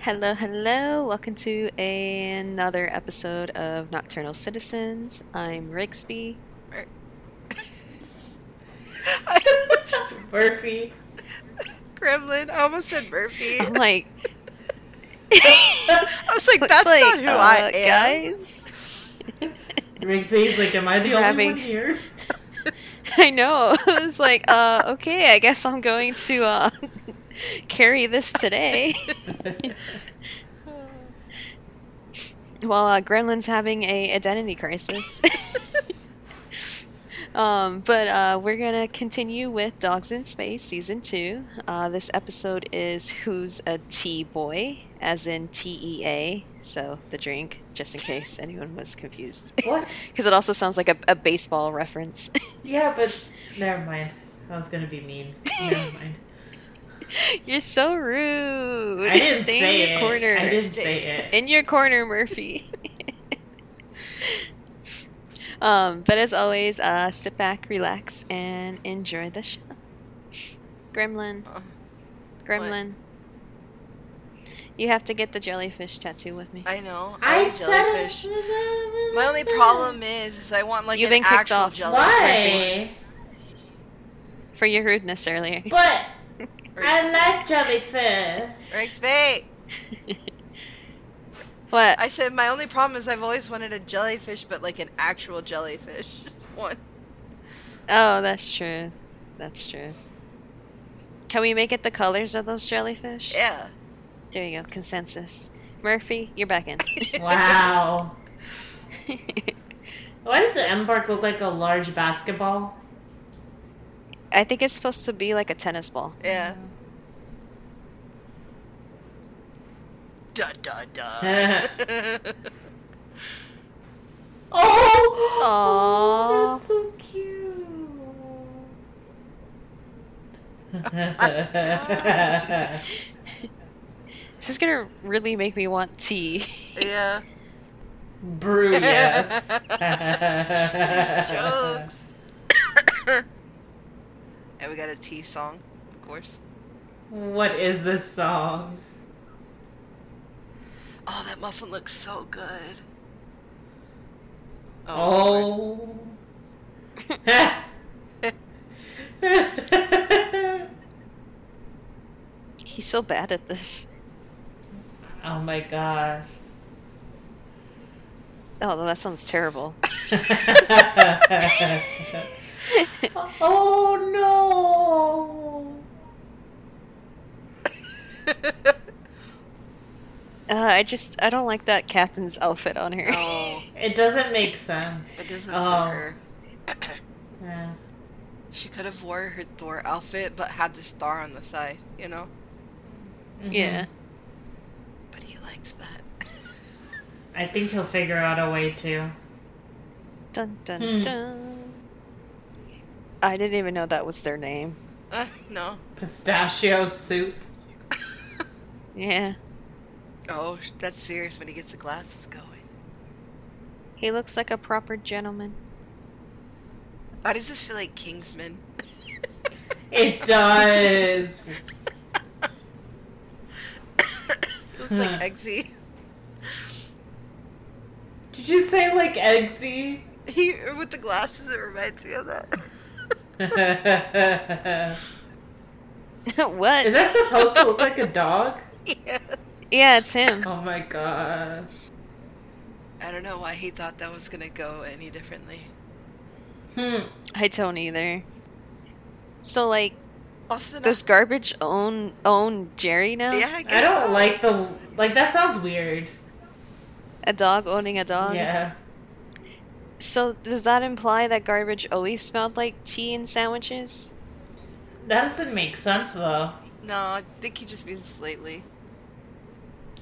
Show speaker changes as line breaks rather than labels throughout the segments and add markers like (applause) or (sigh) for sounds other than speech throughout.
Hello, hello. Welcome to another episode of Nocturnal Citizens. I'm Rigsby.
Murphy.
Gremlin. I almost said Murphy.
I'm like,
(laughs) I was like,
looks
that's
like,
not who I
uh,
am.
Guys. (laughs)
Rigsby's like, am I the only
Grabbing- (laughs)
one here?
I know. (laughs) I was like, uh, okay, I guess I'm going to uh, (laughs) carry this today. (laughs) While uh, Gremlin's having a identity crisis. (laughs) um, but uh, we're gonna continue with Dogs in Space season two. Uh, this episode is Who's a Tea Boy, as in T E A. So the drink, just in case anyone was confused, (laughs)
what?
because it also sounds like a, a baseball reference. (laughs)
Yeah, but never mind. I was gonna be mean.
(laughs)
Never mind.
You're so rude.
I didn't
Stay
say
in your
it.
corner.
I didn't say it.
in your corner, Murphy. um, but as always, uh, sit back, relax, and enjoy the show. Gremlin,
Oh,
Gremlin. You have to get the jellyfish tattoo with me.
(laughs) I know.
I
I love jellyfish.
said. it.
My
(laughs)
only problem is, is I want like
You've
an
been kicked
actual
off. (laughs)
jellyfish.
Why?
For your rudeness earlier.
But
one.
I like jellyfish.
Rick's bait.
(laughs) What?
I said my only problem is I've always wanted a jellyfish, but like an actual jellyfish (laughs) one.
Oh, that's true. That's true. Can we make it the colors of those jellyfish?
Yeah.
There you go. Consensus. Murphy, you're back in. (laughs)
Wow. Why does the embark look like a large basketball?
I think it's supposed to be like a tennis ball.
(laughs)
(laughs)
yeah. Da da da.
Oh! Oh,
Aw.
that's so cute.
This is gonna really make me want tea.
(laughs) yeah.
(laughs)
(laughs)
Brew, yes.
jokes. (coughs) and we got a T song, of course.
What is this song?
Oh, that muffin looks so good. Lord.
(laughs)
(laughs)
Oh.
He's so bad at this.
(laughs) oh my gosh. (laughs)
Oh, that sounds terrible.
oh no.
Uh, I just I don't like that captain's outfit on her.
no,
It doesn't make sense.
it doesn't
Oh,
suit her.
yeah.
(coughs) She could have wore her Thor outfit, but had the star on the side, you know.
Mhm.
(laughs) Yeah.
But he likes that. (laughs)
I think he'll figure out a way to.
Dun dun
Hmm.
dun. I didn't even know that was their name.
Uh, no. (laughs)
Pistachio soup.
Yeah.
Oh, sh- that's serious when he gets the glasses going.
He looks like a proper gentleman. (laughs)
Why does this feel like Kingsman? (laughs)
It does.
It looks like Eggsy.
Did you say like (laughs) eggsy?
He with the glasses. It reminds me of that. (laughs)
Is that
what?
supposed to look like a dog?
yeah.
yeah, it's him.
Oh my gosh.
I don't know why he thought that was gonna go any differently.
Hmm.
I don't either. So like,
Also,
does garbage own own Jerry now?
yeah, I, guess
I don't
so.
like the like that sounds weird.
A dog owning a dog.
yeah.
So does that imply that garbage always smelled like tea and sandwiches?
That doesn't make sense though.
No, I think he just means lately.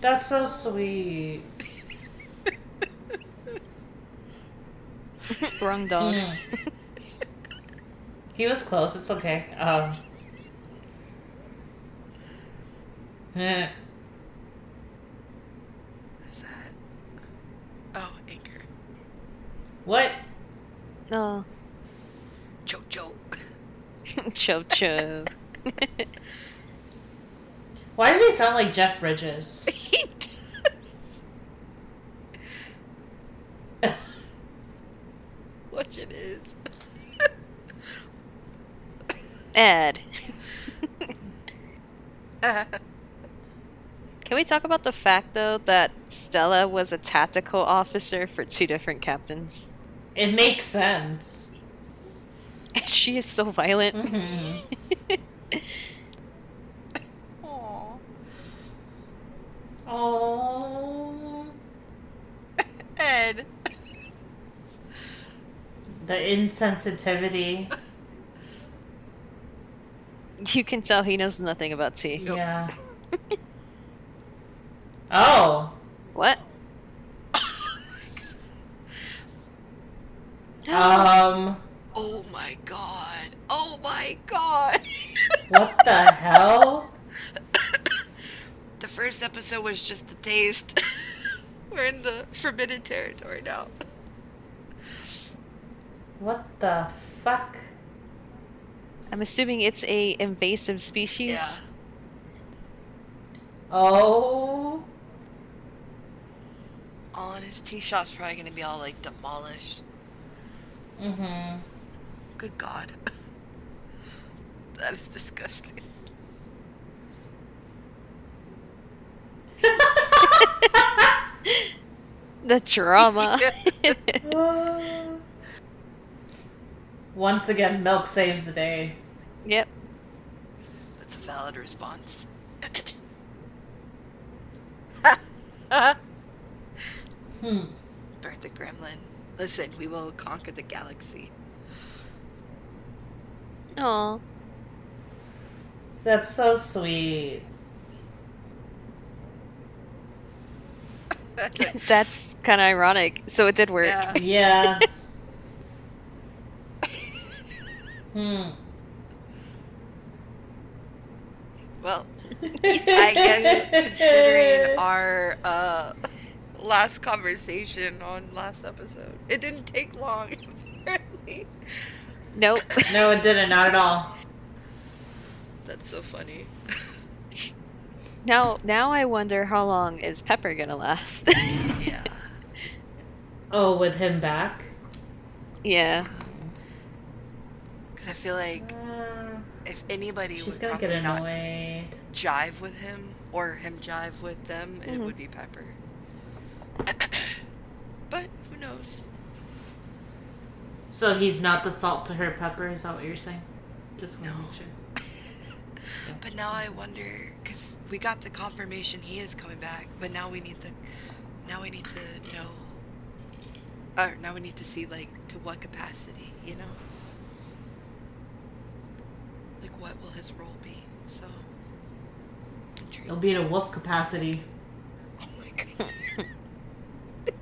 That's so sweet.
Wrong dog.
Hmm. he was close. It's okay. Um. eh.
Is that? (laughs) Oh, anchor.
What?
(laughs) Oh,
Cho cho. (laughs)
Cho Cho.
Why does he sound like Jeff Bridges?
(laughs)
(laughs)
Ed. (laughs)
That's
Can we talk about the fact, though, that Stella was a tactical officer for two different captains? (laughs)
It makes sense.
she is so violent.
Mhm. Oh,
Ed. (laughs)
the insensitivity.
(laughs) you can tell he knows nothing about tea.
Yep.
Yeah. oh,
(laughs) What?
um,
Oh my god. Oh my god. (laughs)
what the hell?
The first episode was just the taste. (laughs) We're in the forbidden territory now.
What the fuck?
I'm assuming it's a invasive species.
Yeah.
Oh,
All in his tea shop's probably gonna be all like demolished.
mm-hmm.
Good god. (laughs) that is disgusting.
The drama.
Uh.
Once again, milk saves the day.
(laughs) yep.
That's a valid (laughs) response.
Hmm.
Birth the gremlin. Listen, we will conquer the galaxy. (laughs)
Aw.
That's so sweet.
That's it.
That's kind of ironic. So it did work.
Yeah. (laughs)
Yeah. hmm.
Well, I guess
(laughs)
considering our uh, last conversation on last episode, it didn't take long. (laughs) Apparently,
(laughs) Nope. (laughs)
No, it didn't. Not at all.
that's so funny. (laughs)
now, now I wonder how long is Pepper gonna last. (laughs)
Yeah.
Oh, with him back.
yeah. (laughs)
Because I feel like
Uh,
if anybody
she's
would
gonna
probably
get
not
annoyed.
jive with him or him jive with them, it
Mm-hmm.
Mhm.
would be Pepper. (coughs) but who knows?
So he's not the salt to her pepper. Is that what you're saying? Just want to
No.
make sure.
But now I wonder because we got the confirmation he is coming back, but now we need the now we need to know. Or now we need to see like to what capacity, you know? Like what will his role be? So. intrigued.
It'll be in a wolf capacity.
Oh my god. (laughs)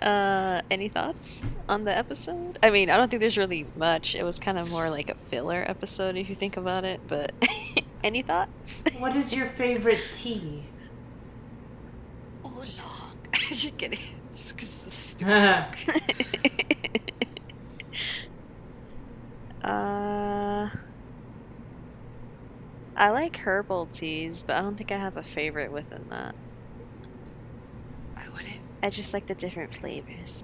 Uh, any thoughts on the episode? I mean, I don't think there's really much. It was kind of more like a filler episode if you think about it, but (laughs) any thoughts?
What is your favorite tea?
Oh, long. (laughs) Just kidding. Just because the
(laughs)
stupid.
That's
(laughs) uh, I like herbal teas, but I don't think I have a favorite within that.
I wouldn't.
I just like the different flavors.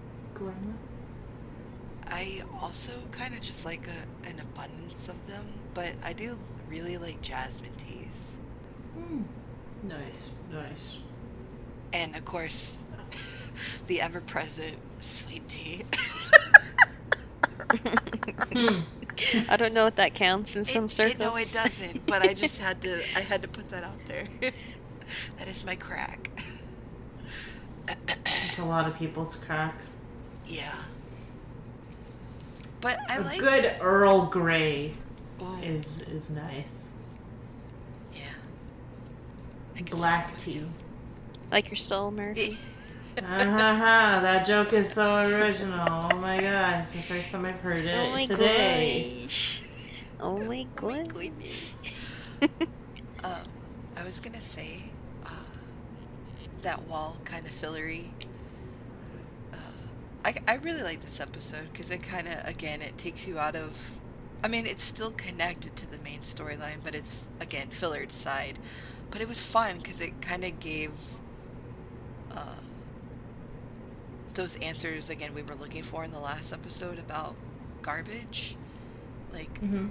I also kind of just like a, an abundance of them, but I do really like jasmine teas. Hmm.
Nice, nice.
And of course, (laughs) the ever present sweet tea. (laughs)
Hmm.
I don't know if that counts in some
It-
circles.
it- no, it doesn't, but I just had to, I had to put that out there. (laughs) that is my crack. (laughs)
It's a lot of people's crack.
yeah. But I
A
like.
good Earl Grey
Ooh,
is is nice.
yeah. I can see that
Black
with (laughs)
tea.
like your soul, Murphy.
you.
Ah-ha-ha, that joke is so original. Oh my gosh, the first time I've heard it
Oh my
today.
gosh. Oh my god.
Um, I was gonna say uh, that wall kind of fillery. Uh, I, I really like this episode because it kind of again it takes you out of. I mean, it's still connected to the main storyline, but it's again fillered side. But it was fun because it kind of gave uh, those answers again we were looking for in the last episode about garbage, like
Mm-hmm.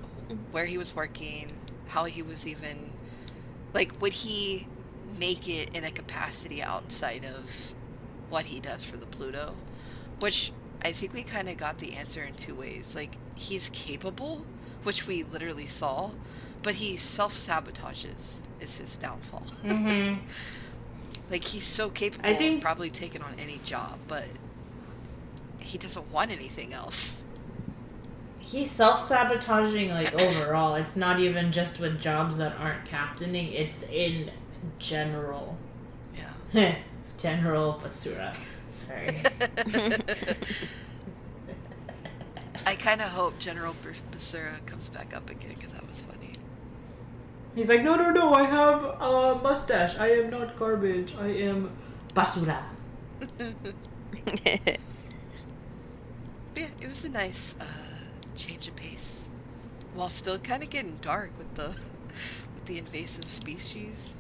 where he was working, how he was even, like, would he make it in a capacity outside of what he does for the Pluto? Which I think we kind of got the answer in two ways. Like, he's capable, which we literally saw, but he self sabotages, is his downfall.
Mm-hmm.
(laughs) Like, he's so capable
think-
of probably taking on any job, but he doesn't want anything else.
He's self sabotaging like overall. It's not even just with jobs that aren't captaining. It's in general. (laughs)
Yeah.
general basura. Sorry.
I kind of hope General Bas- Basura comes back up again because that was funny.
(laughs) He's like, no, no, no. I have a mustache. I am not garbage. I am basura.
But yeah, it was a nice uh, change of pace, while still kind of getting dark with the with the invasive species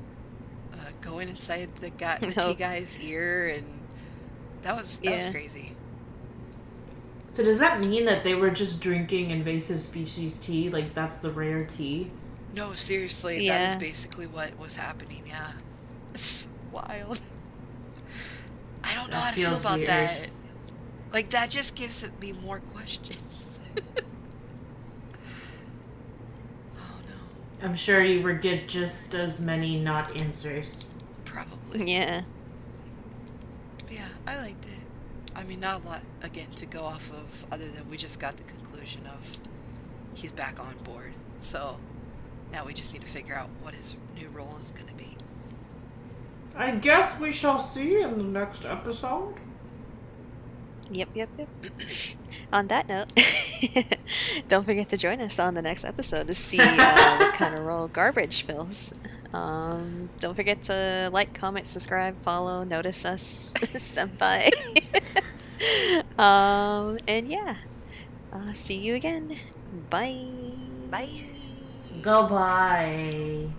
uh, going inside the guy, the
No.
tea guy's ear, and that was that was
Yeah.
crazy.
So does that mean that they were just drinking invasive species tea? Like that's the rare tea?
No, seriously, that
Yeah.
is basically what was happening. Yeah, it's wild. I don't know
That
how to feel
feels
about
weird.
that. Like that just gives me more questions. (laughs) oh no,
I'm sure you would get just as many not answers.
probably.
(laughs) yeah.
Yeah, I liked it. I mean, not a lot, again, to go off of, other than we just got the conclusion of he's back on board. So now we just need to figure out what his new role is going to be.
I guess we shall see in the next episode.
Yep, yep, yep. on that note, (laughs) don't forget to join us on the next episode to see uh, what kind of role garbage fills. Um, don't forget to like, comment, subscribe, follow, notice us, (laughs) senpai. um, and yeah, uh, see you again. Bye.
Bye.
Goodbye.